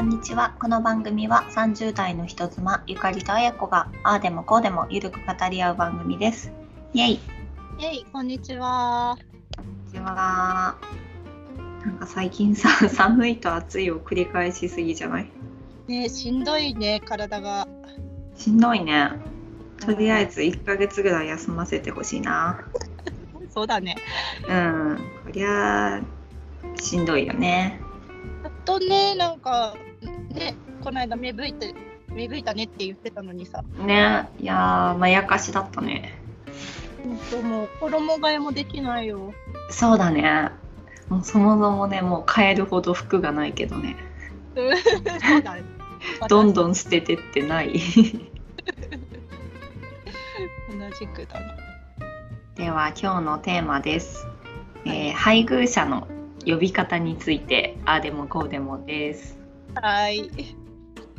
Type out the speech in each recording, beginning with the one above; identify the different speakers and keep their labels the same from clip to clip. Speaker 1: んにちはこの番組は30代の人妻ゆかりとあやこがああでもこうでもゆるく語り合う番組ですイエイこ
Speaker 2: えい、こんにちは。
Speaker 1: んにちはなんか最近さ 寒いと暑いを繰り返しすぎじゃない
Speaker 2: ね、しんどいね、体が。
Speaker 1: しんどいねとりあえず1ヶ月ぐらい休ませてほしいな
Speaker 2: そうだね。
Speaker 1: うんこりゃあしんどいよね
Speaker 2: やっとね、なんか、ね、この間芽吹いて、芽吹いたねって言ってたのにさ。
Speaker 1: ねいやーまやかしだったね
Speaker 2: 本当もう衣替えもできないよ。
Speaker 1: そうだねもうそもそもねもう買えるほど服がないけどね
Speaker 2: そうだね。
Speaker 1: どん
Speaker 2: ん。
Speaker 1: どん捨ててってない
Speaker 2: 同じくだね。
Speaker 1: では今日のテーマです、えー配偶者の呼び方についてああでもこうでもです
Speaker 2: はい。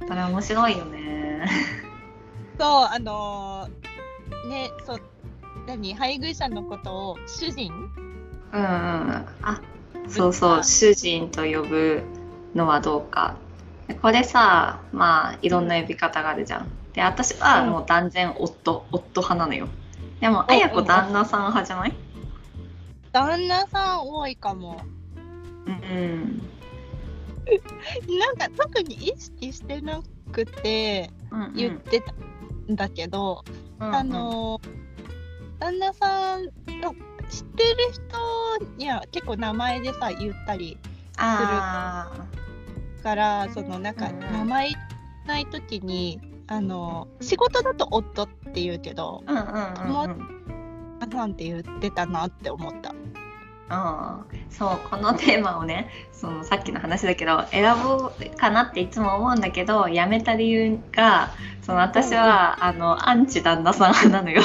Speaker 1: これ面白いよね
Speaker 2: そう、あのーね、そう。何配偶者のことを主人
Speaker 1: うんうんあそうそう主人と呼ぶのはどうかこれさまあいろんな呼び方があるじゃんで私はもう断然夫、夫派なのよでも
Speaker 2: うん
Speaker 1: あやこ旦那さん派じゃない
Speaker 2: 旦那さん多いかも
Speaker 1: うん
Speaker 2: なんか特に意識してなくて
Speaker 1: うんうん
Speaker 2: 言ってたんだけど、
Speaker 1: うんうん
Speaker 2: あの旦那さんの知ってる人には結構名前でさ言ったり
Speaker 1: あー
Speaker 2: からそのなんか
Speaker 1: うんうん
Speaker 2: 名前言えない時にあの仕事だと夫って言うけど
Speaker 1: うんうんうんうん
Speaker 2: 旦那さんって言ってたなって思った。
Speaker 1: うん、そうこのテーマをね そのさっきの話だけど選ぼうかなっていつも思うんだけどやめた理由がその私は、あのアンチ旦那さん派なのよ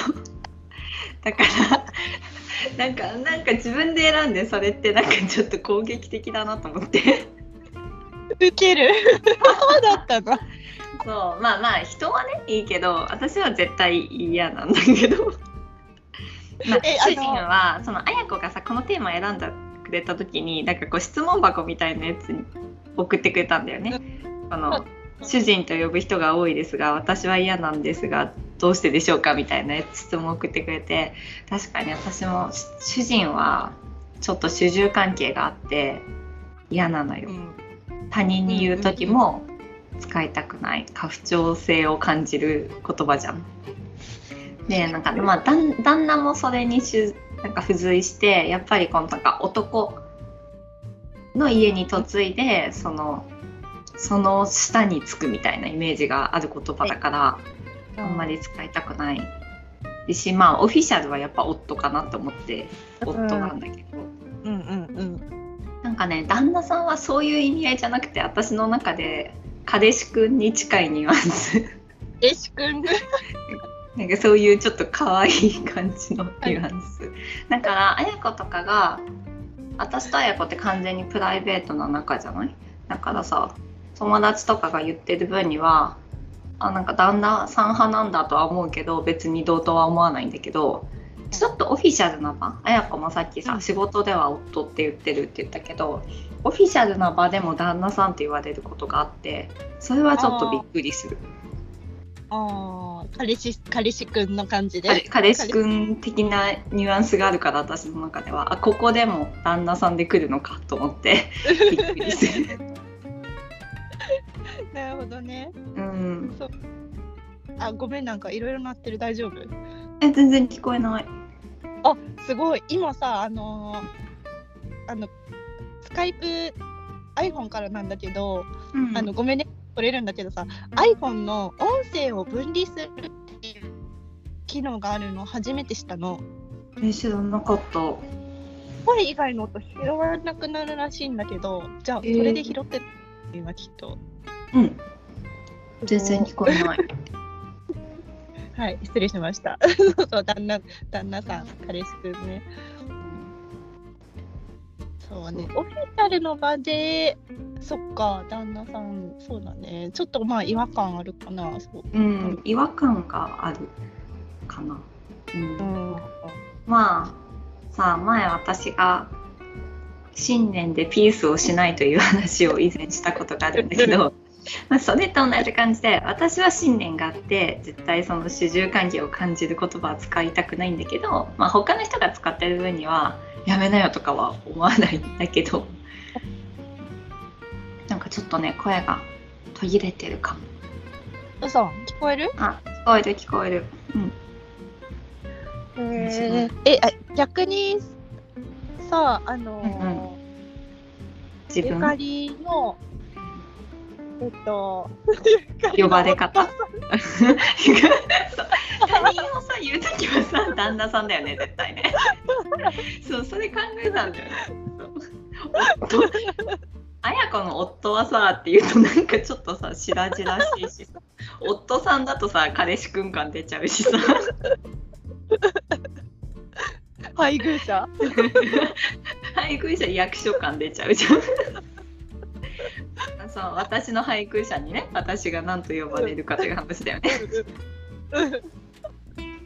Speaker 1: だからなんかなんか自分で選んでそれってなんかちょっと攻撃的だなと思って
Speaker 2: ウケるそうだったの
Speaker 1: そうまあまあ人はねいいけど私は絶対嫌なんだけど、まあ
Speaker 2: え、あの
Speaker 1: 主人はその綾子がさこのテーマ選んだくれた時になんかこう質問箱みたいなやつに送ってくれたんだよね。この主人と呼ぶ人が多いですが私は嫌なんですがどうしてでしょうかみたいな質問を送ってくれて確かに私も主人はちょっと主従関係があって嫌なのよ。他人に言う時も使いたくない過不調性を感じる言葉じゃん。でなんか、まあ、旦旦那もそれにしゅなんか付随してやっぱりこのなんか男の家に嫁いでそのその下につくみたいなイメージがある言葉だからあんまり使いたくないしまあオフィシャルはやっぱ夫かなと思って夫なんだけど。
Speaker 2: うんうんうん
Speaker 1: なんかね旦那さんはそういう意味合いじゃなくて私の中で彼氏くんに近いニュアンス
Speaker 2: えし君が
Speaker 1: なんかそういうちょっと可愛い感じのニュアンス、だから綾子とかが私と綾子って完全にプライベートな仲じゃないだからさ友達とかが言ってる分にはあなんか旦那さん派なんだとは思うけど別に同等は思わないんだけどちょっとオフィシャルな場綾子もさっきさ、
Speaker 2: うん
Speaker 1: 仕事では夫って言ってるって言ったけどオフィシャルな場でも旦那さんって言われることがあってそれはちょっとびっくりする
Speaker 2: あー彼氏彼氏君の感じ
Speaker 1: 彼
Speaker 2: で
Speaker 1: 彼氏くん的なニュアンスがあるから私の中ではあここでも旦那さんで来るのかと思って びっくりする。
Speaker 2: なるほどね
Speaker 1: うん、
Speaker 2: あごめんなんかいろいろなってる大丈夫
Speaker 1: え全然聞こえない。
Speaker 2: あすごい今さあのーあのスカイプ iPhone からなんだけど、
Speaker 1: うん
Speaker 2: あのごめんね取れるんだけどさ iPhone の音声を分離するっていう機能があるの初めて知ったの
Speaker 1: え知らなかった。
Speaker 2: 声以外の音拾わなくなるらしいんだけどじゃあそ
Speaker 1: えー
Speaker 2: れで拾ってる今きっと、
Speaker 1: うん全然聞こえない。
Speaker 2: はい失礼しました そうそう旦那旦那さん彼氏くんねそうね、オフィシャルの場で、そっか、旦那さん、そうだね、ちょっとまあ違和感あるかな、そう。
Speaker 1: うん違和感があるかな。うん
Speaker 2: うん、
Speaker 1: まあさあ前私が新年でピースをしないという話を以前したことがあるんだけどまあそれと同じ感じで私は信念があって絶対その主従関係を感じる言葉は使いたくないんだけど、まあ、他の人が使ってる分にはやめなよとかは思わないんだけどなんかちょっとね声が途切れてるかも
Speaker 2: 嘘聞こえる
Speaker 1: あ聞こえる聞こえるうん
Speaker 2: ええあ逆にさあの
Speaker 1: うん自
Speaker 2: ゆ
Speaker 1: 分
Speaker 2: かりのえっと
Speaker 1: 呼ばれ方他人をさ言う時はさ旦那さんだよね絶対ねそうそれ考えたんだよねそう夫綾子の夫はさって言うとなんかちょっとさ白々しいしさ夫さんだとさ彼氏くん感出ちゃうしさ
Speaker 2: 配偶 者
Speaker 1: 配偶者役所感出ちゃうじゃんそう私の配偶者にね私が何と呼ばれるかという話だよね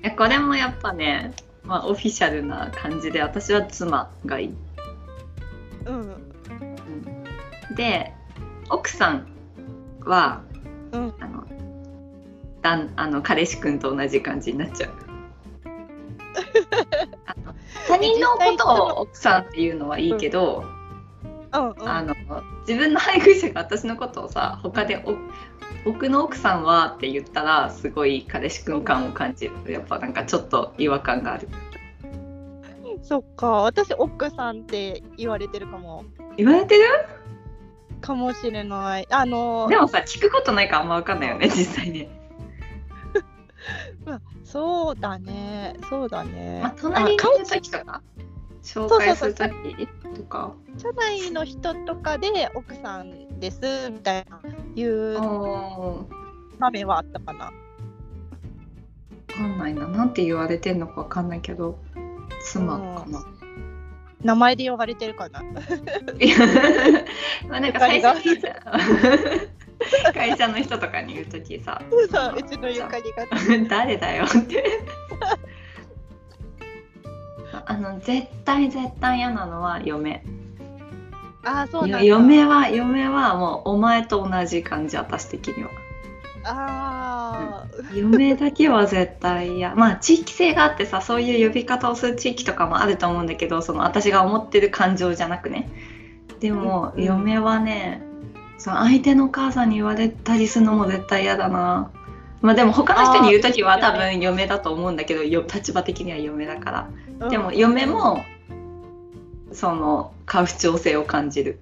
Speaker 1: いやこれもやっぱね、まあ、オフィシャルな感じで私は妻がい
Speaker 2: うんうん
Speaker 1: て奥さんは、
Speaker 2: うん
Speaker 1: あのだんあの彼氏くんと同じ感じになっ ちゃうあの他人のことを奥さんっていうのはいいけど、
Speaker 2: うん
Speaker 1: あの自分の配偶者が私のことをさ他でお僕の奥さんはって言ったらすごい彼氏くん感を感じるやっぱなんかちょっと違和感がある
Speaker 2: そっか私奥さんって言われてるかも
Speaker 1: 言われてる
Speaker 2: かもしれないあの
Speaker 1: でもさ聞くことないからあんま分かんないよね実際ね、
Speaker 2: そうだねそうだね、
Speaker 1: まあ、隣にいる
Speaker 2: あ会
Speaker 1: 時とか紹
Speaker 2: う
Speaker 1: 介する時とか
Speaker 2: 社内の人とかで奥さんですみたいないう
Speaker 1: あ
Speaker 2: 場面はあったかな
Speaker 1: 分かんないななんて言われてんのか分かんないけど妻かな、
Speaker 2: 名前で呼ばれてるかない
Speaker 1: や まあなんか最初にさ 会社の人とかに言う時さ
Speaker 2: そううちのゆかりが
Speaker 1: 誰だよって あの絶対絶対嫌なのは嫁
Speaker 2: ああそうなんだ
Speaker 1: 嫁は嫁はもうお前と同じ感じ私的には
Speaker 2: ああ
Speaker 1: 嫁だけは絶対嫌 まあ地域性があってさそういう呼び方をする地域とかもあると思うんだけどその私が思ってる感情じゃなくねでも
Speaker 2: うん
Speaker 1: 嫁はねその相手のお母さんに言われたりするのも絶対嫌だなまあでも他の人に言う時は多分嫁だと思うんだけどよ立場的には嫁だからでも嫁もその家父長制を感じる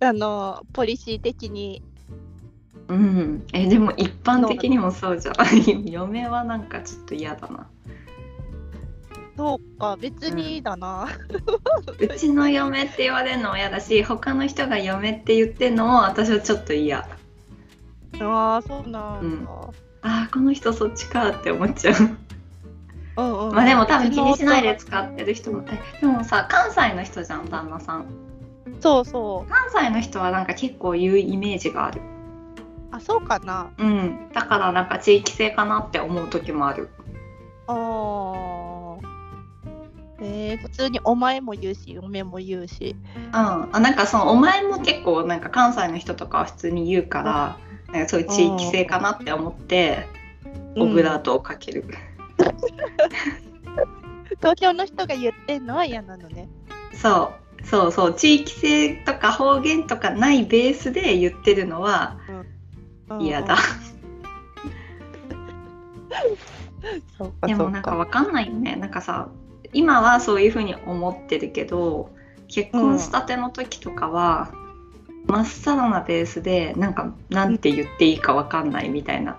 Speaker 2: あのポリシー的に
Speaker 1: うんえでも一般的にもそうじゃん 嫁はなんかちょっと嫌だな
Speaker 2: そうか別にだな、
Speaker 1: うちの嫁って言われるのも嫌だし他の人が嫁って言ってるのも私はちょっと嫌
Speaker 2: ああそうなんだ、
Speaker 1: あーこの人そっちかって思っちゃう
Speaker 2: うんうん
Speaker 1: まあでも多分気にしないで使ってる人もえでもさ関西の人じゃん旦那さん
Speaker 2: そうそう
Speaker 1: 関西の人はなんか結構言うイメージがある
Speaker 2: あそうかな
Speaker 1: うんだからなんか地域性かなって思う時もある
Speaker 2: ああ。えー、普通にお前も言うし、嫁も言うし。
Speaker 1: うんあなんかそのお前も結構なんか関西の人とかは普通に言うからなんかそういう地域性かなって思ってオブラートをかける、
Speaker 2: 東京の人が言ってんのは嫌なのね。
Speaker 1: そうそうそう地域性とか方言とかないベースで言ってるのは
Speaker 2: うん
Speaker 1: 嫌だ。
Speaker 2: そうか
Speaker 1: で
Speaker 2: そ
Speaker 1: も
Speaker 2: う
Speaker 1: なん
Speaker 2: か
Speaker 1: かわかんないよねなんかさ今はそういうふうに思ってるけど結婚したての時とかは、まっさらなベースでなんかなんて言っていいかわかんないみたいな、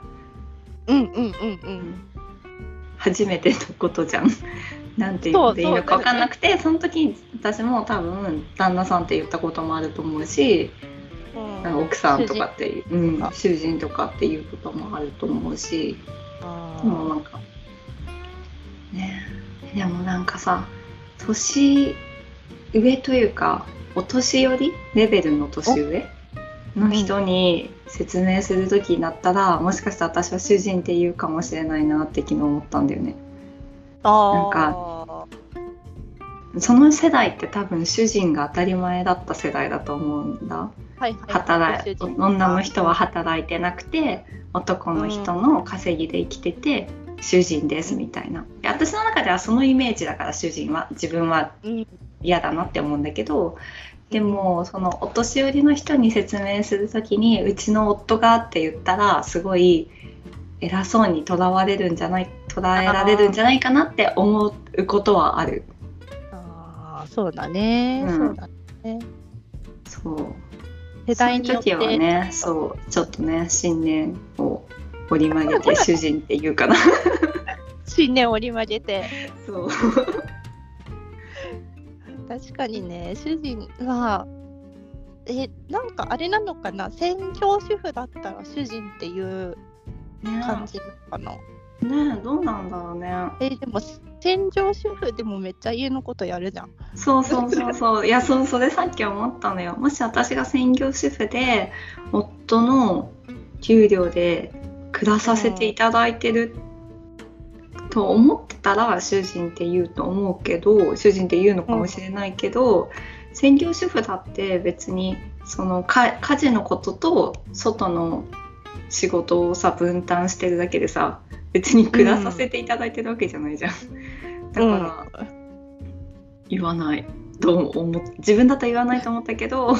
Speaker 2: うんうんうんうん。
Speaker 1: 初めてのことじゃん。なんて言っていいのかわかんなくてその時に私も多分旦那さんって言ったこともあると思うし
Speaker 2: うん
Speaker 1: なんか奥さんとかって主人,、うん、主人とかっていうこともあると思うし
Speaker 2: あー
Speaker 1: もうなんかねえでもなんかさ年上というかお年寄りレベルの年上の人に説明する時になったら、もしかしたら私は主人って言うかもしれないなって昨日思ったんだよね。
Speaker 2: あー
Speaker 1: なんその世代って多分主人が当たり前だった世代だと思うんだ
Speaker 2: はいはい、
Speaker 1: 働い
Speaker 2: ご主人
Speaker 1: 女の人は働いてなくて男の人の稼ぎで生きてて、主人ですみたいなで私の中ではそのイメージだから主人は自分は
Speaker 2: うん
Speaker 1: 嫌だなって思うんだけどでもそのお年寄りの人に説明する時にうちの夫がって言ったらすごい偉そうにとらわれるんじゃない捉えられるんじゃないかなって思うことはある。
Speaker 2: ああそうだね、
Speaker 1: うん
Speaker 2: そうだね
Speaker 1: そう
Speaker 2: 世代によって
Speaker 1: その時はねそうちょっとね信念を折り曲げ て主人っていうかな
Speaker 2: 信念を折り曲げて
Speaker 1: そう
Speaker 2: 確かにね主人はえなんかあれなのかな専業主婦だったら主人っていう
Speaker 1: ね
Speaker 2: 感じなのかな、
Speaker 1: ねどうなんだろうね
Speaker 2: えでも専業主婦でもめっちゃ家のことやるじゃん
Speaker 1: そうそうそうそういやそうそれさっき思ったのよもし私が専業主婦で夫の給料で暮らさせていただいてると思ってたら主人って言うと思うけど主人って言うのかもしれないけど、専業主婦だって別にそのか家事のことと外の仕事をさ分担してるだけでさ別に暮らさせていただいてるわけじゃないじゃん。だから、言わないと思っ自分だと言わないと思ったけど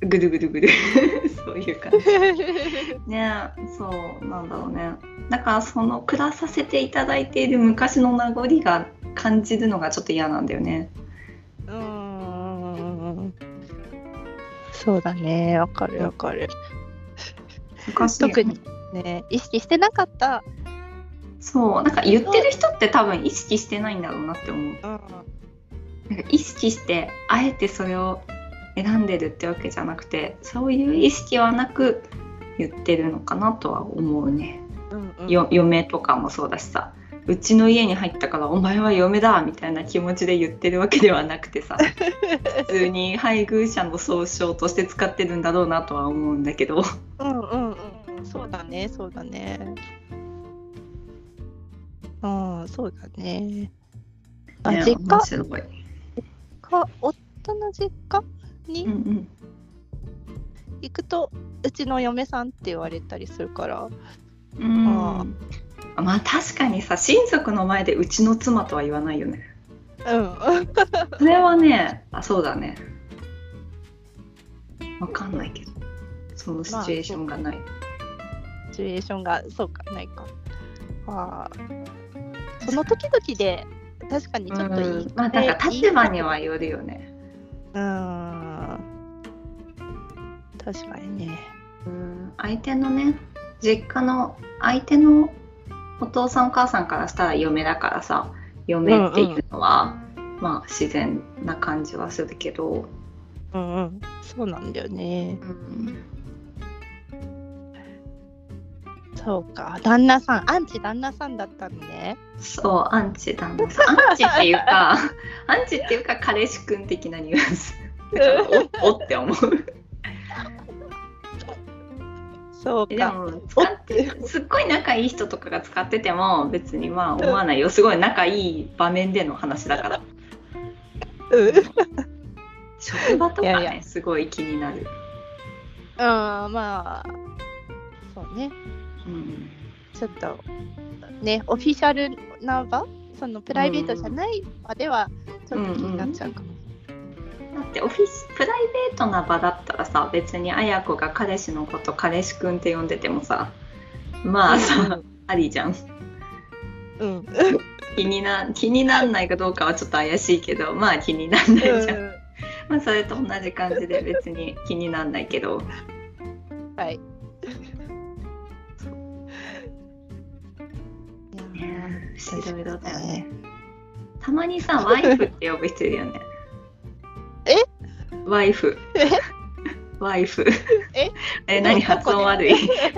Speaker 1: ぐるぐるぐ るそういう感じねそうなんだろうねだからその暮らさせていただいている昔の名残が感じるのがちょっと嫌なんだよね
Speaker 2: うーんそうだねわかるわかる
Speaker 1: 難しいよね
Speaker 2: 特にね意識してなかった、
Speaker 1: そうなんか言ってる人って多分意識してないんだろうなって思う
Speaker 2: うん、
Speaker 1: なんか意識してあえてそれを選んでるってわけじゃなくてそういう意識はなく言ってるのかなとは思うね
Speaker 2: うんうん
Speaker 1: よ嫁とかもそうだしさうちの家に入ったからお前は嫁だみたいな気持ちで言ってるわけではなくて さ普通に配偶者の総称として使ってるんだろうなとは思うんだけど
Speaker 2: うんうんうんそうだねそうだねうんそうだねあ
Speaker 1: ね
Speaker 2: 実
Speaker 1: 面
Speaker 2: 家
Speaker 1: 白い、
Speaker 2: か夫の実家
Speaker 1: うんう
Speaker 2: に
Speaker 1: ん、
Speaker 2: 行くと、うちの嫁さんって言われたりするから
Speaker 1: うん
Speaker 2: あ
Speaker 1: まあ確かにさ親族の前でうちの妻とは言わないよね
Speaker 2: うん
Speaker 1: それはねあそうだねわかんないけどそのシチュエーションがない、
Speaker 2: シチュエーションがそうかないかあーその時々で確かにちょっといい、
Speaker 1: うんまあなんか立場にはよるよね
Speaker 2: うん確かにね
Speaker 1: うん相手のね実家の相手のお父さんお母さんからしたら嫁だからさ嫁っていうのは、まあ自然な感じはするけど、
Speaker 2: うんうんそうなんだよね
Speaker 1: うん、
Speaker 2: そうか旦那さんアンチ旦那さんだったのね
Speaker 1: そうアンチ旦那さんアンチっていう かアンチっていうか彼氏くん的なニュアンスだからおおって思う
Speaker 2: そう
Speaker 1: で
Speaker 2: か
Speaker 1: も使ってすっごい仲いい人とかが使ってても別にまあ思わないよすごい仲いい場面での話だから
Speaker 2: うん
Speaker 1: 職場とかね
Speaker 2: いやい
Speaker 1: すごい気になる。
Speaker 2: あーまあそうね
Speaker 1: うん
Speaker 2: ちょっとねオフィシャルな場そのプライベートじゃない場ではちょっと気になっちゃうかも、
Speaker 1: だってオフィスプライベートな場だったらさ別に綾子が彼氏のこと彼氏くんって呼んでてもさまあさ、ありじゃん
Speaker 2: うんうん
Speaker 1: 気にな気になんないかどうかはちょっと怪しいけどまあ気になん ないじゃん、まあそれと同じ感じで別に気になんないけど
Speaker 2: はいいや
Speaker 1: ね
Speaker 2: ー
Speaker 1: いろいろだよねたまにさワイフって呼ぶ人いるよね
Speaker 2: え
Speaker 1: ワイフワイフ
Speaker 2: え
Speaker 1: え何
Speaker 2: どこで
Speaker 1: 発音悪い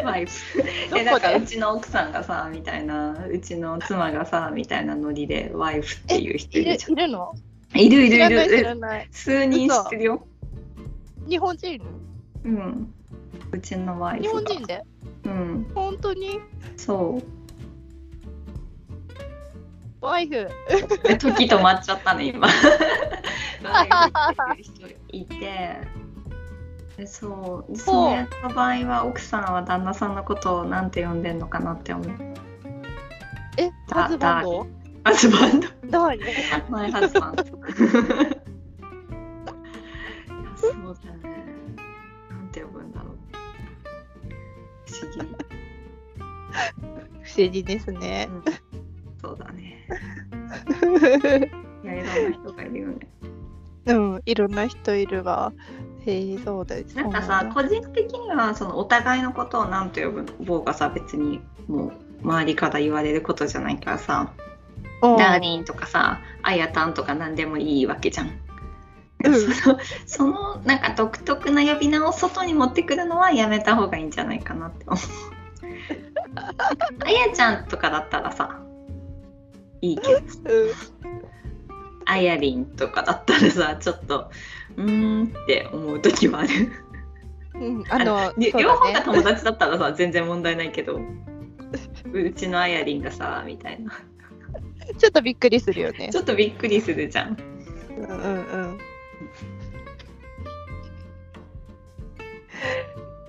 Speaker 1: ワイフえ
Speaker 2: ど
Speaker 1: な
Speaker 2: こ
Speaker 1: んかう
Speaker 2: で
Speaker 1: ちの奥さんがさみたいなうちの妻がさみたいなノリでワイフっていう人
Speaker 2: い
Speaker 1: いる
Speaker 2: る
Speaker 1: じゃ
Speaker 2: いるの
Speaker 1: んいるいるい
Speaker 2: 知らない知ら
Speaker 1: る
Speaker 2: ない
Speaker 1: え数人知ってるよ
Speaker 2: 日本人
Speaker 1: うんうちのワイ
Speaker 2: 日
Speaker 1: フ
Speaker 2: 本
Speaker 1: が
Speaker 2: 人で
Speaker 1: うん
Speaker 2: 本当に
Speaker 1: そう
Speaker 2: ワイフ。
Speaker 1: 時止まっちゃったね今ワイフっていう人いてでそうそれの場合は奥さんは旦那さんのことをなんて呼んでんのかなって思う
Speaker 2: え、
Speaker 1: だ
Speaker 2: ハズバンド。
Speaker 1: ハズバンド
Speaker 2: だわね。
Speaker 1: マイハズバンドいやそうだねなんて呼ぶんだろう不思議
Speaker 2: 不思議ですね。
Speaker 1: そうだねいやいろんな人がいるよね
Speaker 2: うん、いろんな人いるわ。へえ、そうです。
Speaker 1: なんか
Speaker 2: そう
Speaker 1: さ
Speaker 2: だ
Speaker 1: 個人的にはそのお互いのことを何と呼ぶ方がさ別にもう周りから言われることじゃないからさ「ダーリン」とかさ「あやたん」とか何でもいいわけじゃん。
Speaker 2: うん
Speaker 1: その そのなんか独特な呼び名を外に持ってくるのはやめた方がいいんじゃないかなって思う。あやちゃんとかだったらさいいけど
Speaker 2: うん
Speaker 1: あやりんとかだったらさちょっとうーんって思う時もある。
Speaker 2: うん、あの、
Speaker 1: り
Speaker 2: そう
Speaker 1: 両方が
Speaker 2: だね
Speaker 1: 友達だったらさ全然問題ないけどうちのあやりんがさみたいな
Speaker 2: ちょっとびっくりするよね
Speaker 1: ち。ょっとびっくりするじゃん
Speaker 2: うんうん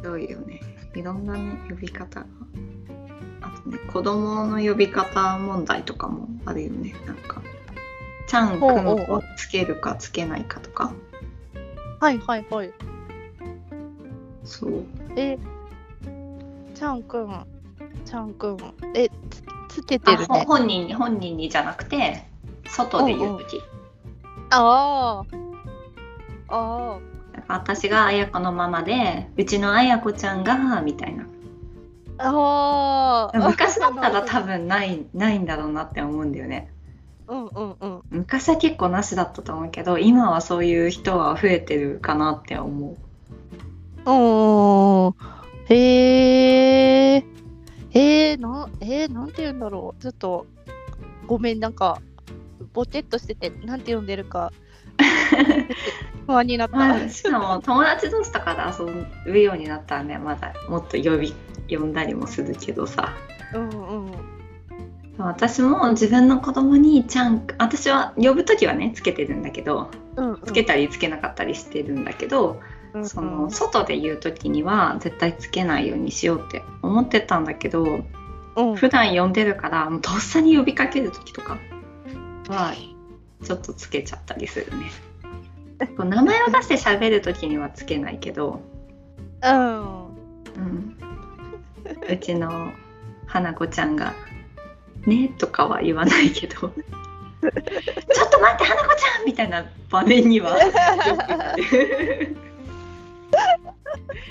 Speaker 1: どういうねいろんなね呼び方があとね子供の呼び方問題とかもあるよねなんかちゃんく
Speaker 2: ほうんほうほう
Speaker 1: をつけるかつけないかとか
Speaker 2: うん。はいはいはい。
Speaker 1: そう
Speaker 2: え、ちゃんくん、ちゃんくん、え、つつけてる
Speaker 1: あほ
Speaker 2: ね。
Speaker 1: 本人に本人にじゃなくて外で言う時
Speaker 2: ああ。ああ。
Speaker 1: だから私があや子のママでうちのあや子ちゃんがみたいな
Speaker 2: ああ。
Speaker 1: 昔だったら多分ないないんだろうなって思うんだよね
Speaker 2: うんうんうん。
Speaker 1: 昔は結構なしだったと思うけど今はそういう人は増えてるかなって思う
Speaker 2: おお。へえ。えー、な、えー、なんて言うんだろう。ちょっと。ごめん、なんか。ぼてっとしてて、なんて呼んでる か。不安になった。
Speaker 1: まあしかも友達同士とかで遊ぶようになったらねまだもっと呼び呼んだりもするけどさ
Speaker 2: うんうん。
Speaker 1: 私も自分の子供にちゃん私は呼ぶ時はねつけてるんだけど
Speaker 2: うんうん。
Speaker 1: つけたりつけなかったりしてるんだけど、
Speaker 2: うんうん
Speaker 1: その外で言う時には絶対つけないようにしようって思ってたんだけど
Speaker 2: うん
Speaker 1: 普段呼んでるからもうとっさに呼びかける時とかはちょっとつけちゃったりする ねこう名前を出して喋る時にはつけないけど、
Speaker 2: うん。
Speaker 1: うん、うちの花子ちゃんが「ね」とかは言わないけど「 ちょっと待って花子ちゃん!」みたいな場面に はよく言って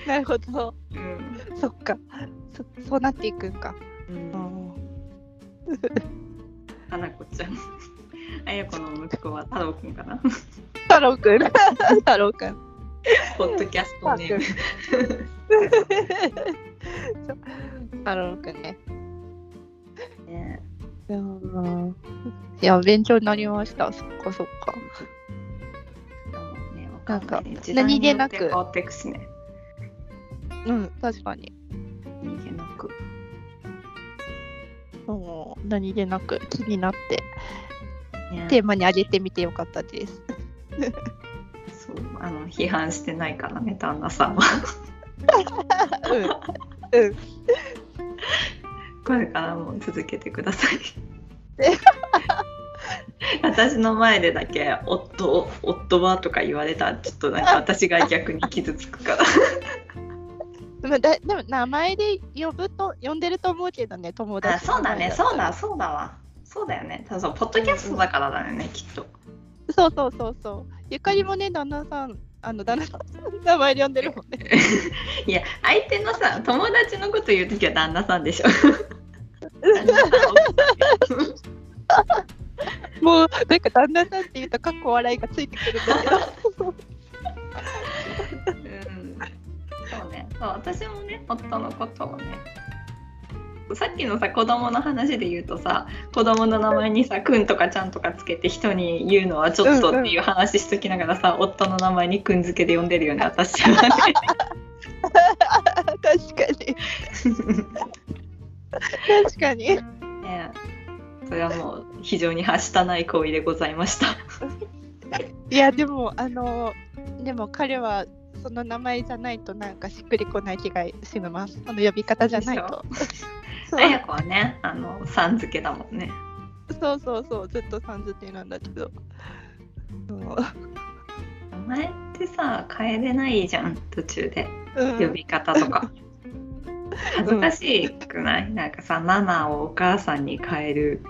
Speaker 2: なるほど。
Speaker 1: うん
Speaker 2: そっか。そそうなっていくんか。
Speaker 1: うん
Speaker 2: うん。
Speaker 1: 花子ちゃんあや子の息子は太郎くんか な
Speaker 2: 太郎くん。 太郎くん。
Speaker 1: ポッドキャストネーム
Speaker 2: ハローくんね。
Speaker 1: ね
Speaker 2: いや、勉強になりました。そっかそっか。
Speaker 1: そうねわかんないね
Speaker 2: なんか
Speaker 1: 時代によって
Speaker 2: 何気なく
Speaker 1: 変わっていくしね
Speaker 2: うん、確かに。
Speaker 1: 何気なく
Speaker 2: もう何気なく気になって、テ
Speaker 1: ね
Speaker 2: ーマに上げてみてよかったです。
Speaker 1: そうあの批判してないからね旦那さんは
Speaker 2: うん。うん。
Speaker 1: これからも続けてください 私の前でだけ夫「夫は」とか言われたらちょっとなん か私が逆に傷つくから
Speaker 2: でもだでも名前で呼ぶと呼んでると思うけどね、友
Speaker 1: あ
Speaker 2: 達の
Speaker 1: そうだね
Speaker 2: 前
Speaker 1: そうだそうだわそうだよねただそうポッドキャストだからだよねきっと
Speaker 2: そうそうそうそう。ゆかりもね、旦那さん、あの旦那さんの名前で呼んでるもんね。
Speaker 1: いや相手のさ友達のこと言う時は旦那さんで しょ旦那さん
Speaker 2: もうなんか旦那さんって言うとかっこ笑いがついてくるんだけど。
Speaker 1: うんそうねそう私もね夫のことをねさっきのさ子供の話で言うとさ子供の名前にさ「くん」とか「ちゃん」とかつけて人に言うのはちょっとっていう話しときながらさ、夫の名前に「くん」付けで呼んでるよね私はね。
Speaker 2: 確かに。確かに。
Speaker 1: ねそれはもう非常にはしたない行為でございました。
Speaker 2: いやでもあのでも彼はその名前じゃないとなんかしっくりこない気がします。あの呼び方じゃないと。そう
Speaker 1: あやこはね、あのさん付けだもんね。
Speaker 2: そうそうそうずっとさんずってなんだけど。そう
Speaker 1: 名前ってさ、変えれないじゃん、途中で
Speaker 2: うん
Speaker 1: 呼び方とか。恥ずかしくない、なんかさ、ママをお母さんに変える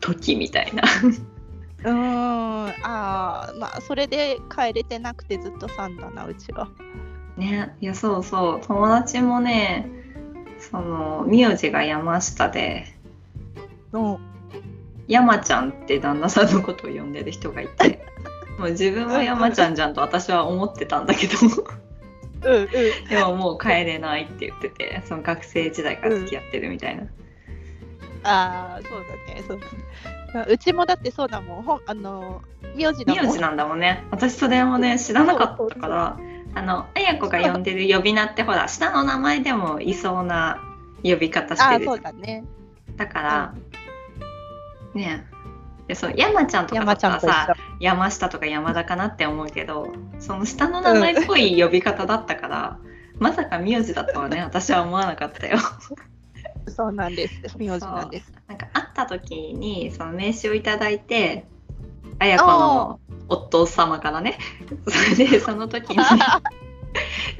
Speaker 1: 時みたいな。
Speaker 2: うーん、ああ、まあ、それで帰れてなくてずっと3だな、うちは。
Speaker 1: ね、いやそうそう友達もねその名字が山下で
Speaker 2: の、
Speaker 1: 山ちゃんって旦那さんのことを呼んでる人がいてもう自分は山ちゃんじゃんと私は思ってたんだけど
Speaker 2: うんうん。
Speaker 1: でももう帰れないって言っててその学生時代から付き合ってるみたいな、
Speaker 2: ああ、そうだね、そうだね。うちもだってそうだもん、ほんあの、名字だもん。
Speaker 1: 名字なんだもんね私それもね知らなかったからあの綾子が呼んでる呼び名ってほら下の名前でもいそうな呼び方し
Speaker 2: あ
Speaker 1: て
Speaker 2: あ、
Speaker 1: る
Speaker 2: そうだね。
Speaker 1: だから、ねでそう山ちゃんとかだ
Speaker 2: 山
Speaker 1: っ
Speaker 2: ちゃ
Speaker 1: た
Speaker 2: ん
Speaker 1: ら
Speaker 2: と
Speaker 1: さ
Speaker 2: 一緒。
Speaker 1: 山下とか山田かなって思うけどその下の名前っぽい呼び方だったから、まさか名字だと はね私は思わなかったよ
Speaker 2: そうなんです。名字なんです。
Speaker 1: なんか会った時にその名刺をいただいて綾子のお父様からね それでその時 に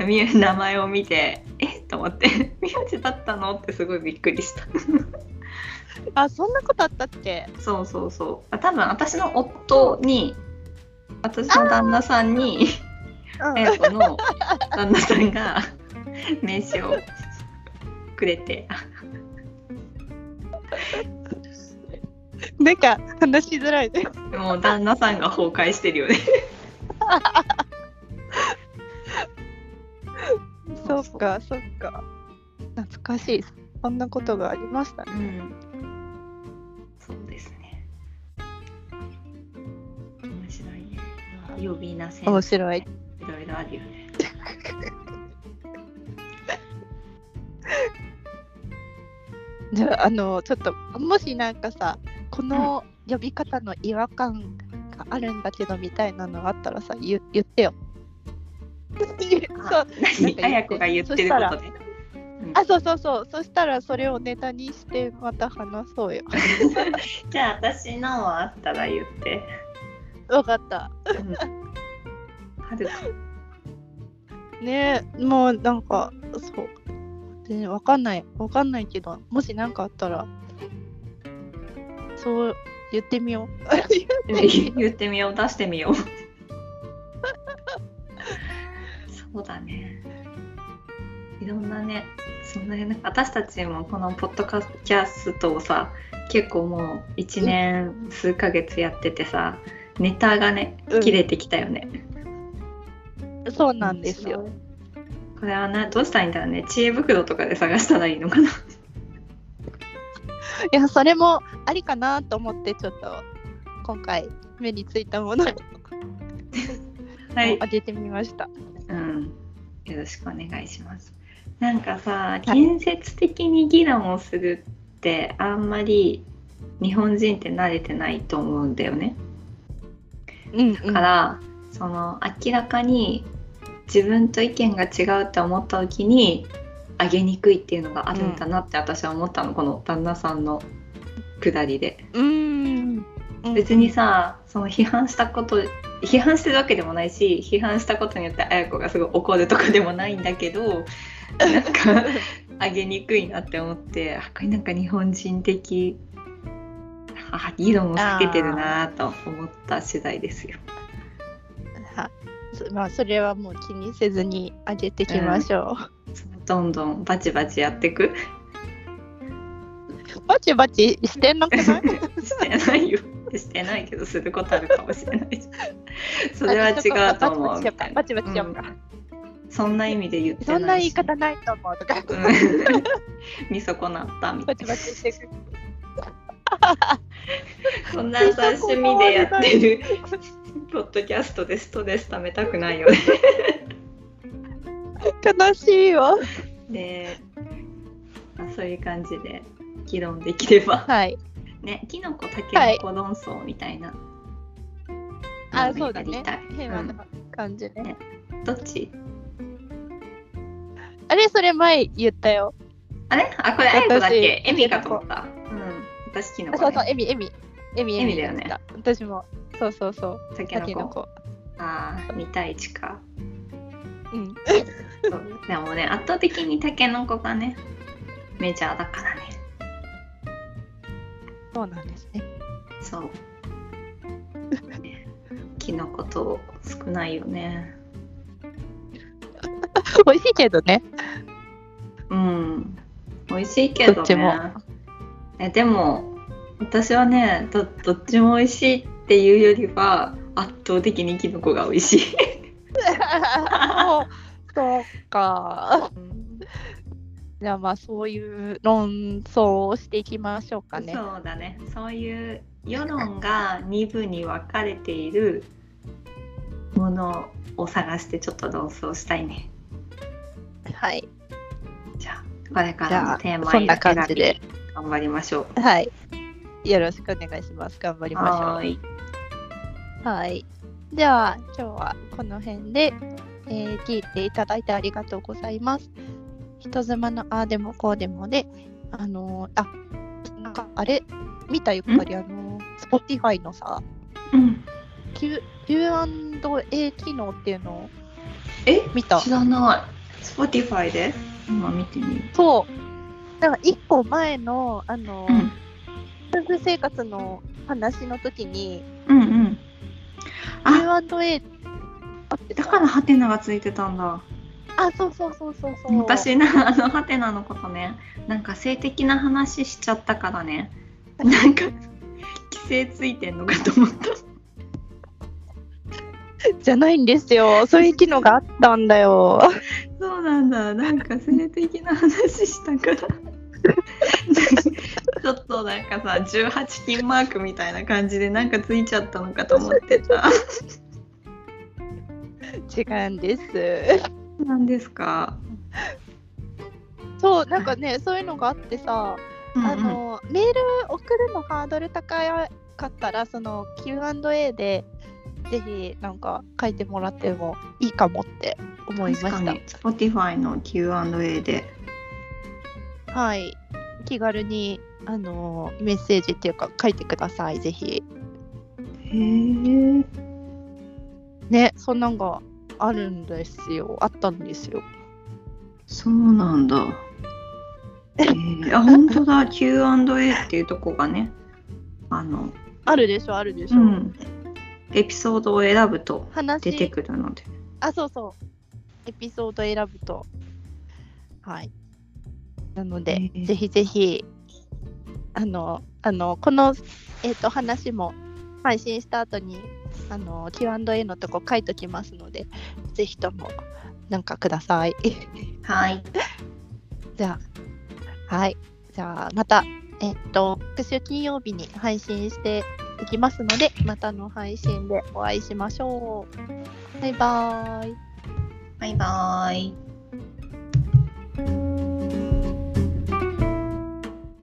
Speaker 1: み名前を見てえっと思って名字だったのってすごいびっくりした
Speaker 2: あ、そんなことあったっけ。
Speaker 1: そうそうそうあ多分私の夫に私の旦那さんに
Speaker 2: うん
Speaker 1: 綾子の旦那さんが名刺をくれて
Speaker 2: なんか、話しづらいね。
Speaker 1: もう旦那さんが崩壊してるよね
Speaker 2: そ
Speaker 1: そう
Speaker 2: うか、そうか。懐かしい。そんなことがありましたね。
Speaker 1: うんそうですね面白いね呼び名せんいろ
Speaker 2: 面白い。
Speaker 1: いろあるよね
Speaker 2: じゃああのちょっともしなんかさこの呼び方の違和感があるんだけどみたいなのがあったらさ言言って よ。そうなん
Speaker 1: 何
Speaker 2: か
Speaker 1: 綾子が言ってることで
Speaker 2: あそうそうそうそしたらそれをネタにしてまた話そう よ。
Speaker 1: じゃあ私のはあったら言って
Speaker 2: わかった。
Speaker 1: はるか
Speaker 2: ねえもうなんかそう。でわかんないわかんないけどもしなんかあったらそう言ってみよう。
Speaker 1: 言ってみよう出してみよう そうだねいろんなねそんなね私たちもこのポッドキャストをさ結構もう1年数ヶ月やっててさネタがね
Speaker 2: うん
Speaker 1: 切れてきたよね、
Speaker 2: そう なんですよ。
Speaker 1: これはなどうしたらいいんだろうね知恵袋とかで探したらいいのかな
Speaker 2: いやそれもありかなと思ってちょっと今回目についたものを
Speaker 1: はい
Speaker 2: あげてみました。
Speaker 1: うん、よろしくお願いします。なんかさ建設的に議論をするってあんまり日本人って慣れてないと思うんだよね。
Speaker 2: うんう
Speaker 1: だ
Speaker 2: ん
Speaker 1: から、その明らかに自分と意見が違うって思った時にあげにくいっていうのがあるんだなって私は思ったの、この旦那さんの下りで。
Speaker 2: うんうん
Speaker 1: 別にさその批判したこと批判してるわけでもないし批判したことによって綾子がすごい怒るとかでもないんだけどなん かあげにくいなって思ってあこれなんか日本人的あ議論を避けてるなと思った次第ですよ。
Speaker 2: はそまあそれはもう気にせずにあげていきましょ
Speaker 1: どんどんバチバチやってく
Speaker 2: う。バチバチしてんのかな
Speaker 1: してないよしてないけどすることあるかもしれないし それは違うと思うみたいな
Speaker 2: バチバチしようかバチバチしようか
Speaker 1: うんそんな意味で言ってない
Speaker 2: そ
Speaker 1: し
Speaker 2: んな言い方ないと思うとか
Speaker 1: うん 見損なったみた
Speaker 2: バ
Speaker 1: い
Speaker 2: チバチしてく
Speaker 1: な。そんなさ趣味でやってる ポッドキャストでストレス溜めたくないよね。
Speaker 2: 悲しいよ。
Speaker 1: で、まあ、そういう感じで議論できれば
Speaker 2: はい
Speaker 1: ねきのこたけのこ論争みたいな、
Speaker 2: あ、
Speaker 1: の
Speaker 2: そうだね
Speaker 1: やりたい。
Speaker 2: 平和な感じね。
Speaker 1: うんどっち
Speaker 2: あれ、それ前言ったよ。
Speaker 1: あれあこれあやこだっけ
Speaker 2: 私
Speaker 1: エミかと思ったうん私きの
Speaker 2: あそう
Speaker 1: こ
Speaker 2: そう、
Speaker 1: ね
Speaker 2: エミ、エミ。エミ、
Speaker 1: エミだよね
Speaker 2: だった。私も。そうそうそう。
Speaker 1: たけ
Speaker 2: た
Speaker 1: の
Speaker 2: けの
Speaker 1: こ
Speaker 2: こ。
Speaker 1: ああ2対1か
Speaker 2: うん。
Speaker 1: そうでもね圧倒的にたけのこがねメジャーだからね
Speaker 2: そうなんですね。
Speaker 1: そう。きのこと少ないよね。
Speaker 2: 美味しいけど ね。
Speaker 1: うん。美味しいけどね。
Speaker 2: どっちも
Speaker 1: えでも私はねどどっちも美味しいっていうよりは圧倒的にきのこが美味しい。
Speaker 2: もうそうか。じゃあまあそういう論争をしていきましょうかね。
Speaker 1: そうだね。そういう世論が二部に分かれているものを探してちょっと論争したいね。
Speaker 2: はい。
Speaker 1: じゃあこれか
Speaker 2: じ
Speaker 1: ら
Speaker 2: ゃ
Speaker 1: の
Speaker 2: あ
Speaker 1: テーマ
Speaker 2: そんな感じで。
Speaker 1: 頑張りましょう。
Speaker 2: はい。よろしくお願いします。頑張りましょう。
Speaker 1: はーい。
Speaker 2: はい。では、今日はこの辺で、えー聞いていただいてありがとうございます。人妻のああでもこうでもで、あのーあ、なんかあれ、見たゆっかり、あのー、Spotify のさ、
Speaker 1: うん、
Speaker 2: Q- Q&A 機能っていうのを
Speaker 1: え
Speaker 2: 見た。
Speaker 1: 知らない。Spotify で今見てみる。
Speaker 2: そう。だから、一個前の、あのー、夫婦生活の話の時に、
Speaker 1: うんうん。あ
Speaker 2: Q&A あって
Speaker 1: だ
Speaker 2: た
Speaker 1: からハテナがついてたんだ。
Speaker 2: あ、そうそうそうそうそう。
Speaker 1: 私な あのハテナのことね、なんか性的な話しちゃったから ね、なんか規制ついてんのかと思った。
Speaker 2: じゃないんですよ。そういう機能があったんだよ。
Speaker 1: そうなんだ。なんか性的な話したから。 ちょっとなんかさ18金マークみたいな感じでなんかついちゃったのかと思ってた。
Speaker 2: 違うんです。
Speaker 1: なんですか。
Speaker 2: そう、なん かね、そういうのがあってさ、
Speaker 1: うんうん
Speaker 2: あのメール送るのハードル高かったら、その Q&A で、ぜひなんか書いてもらってもいいかもって思いま
Speaker 1: 確
Speaker 2: し
Speaker 1: かに Spotify の Q&A で
Speaker 2: た。はい。気軽にあのメッセージっていうか書いてください、ぜ
Speaker 1: へ
Speaker 2: ひ。
Speaker 1: え
Speaker 2: ね、そんなんがあるんですよ。あったんですよ。
Speaker 1: そうなんだへえあ本当だ Q&A っていうとこがねあの
Speaker 2: あるでしょ、あるでし
Speaker 1: う
Speaker 2: ょ。
Speaker 1: んエピソードを選ぶと
Speaker 2: 話
Speaker 1: 出てくるので
Speaker 2: あ、そうそう。エピソード選ぶと。はい。なので、
Speaker 1: えー
Speaker 2: ぜひぜひ、あの、あの、この、えっ、と、話も配信した後に、あの、Q&A のとこ書いときますので、ぜひとも、なんかください。
Speaker 1: はい
Speaker 2: じゃあ、はい。じゃあ、また、えっ、と、復週金曜日に配信していきますので、またの配信でお会いしましょう。バイバーイ。
Speaker 1: バイバーイ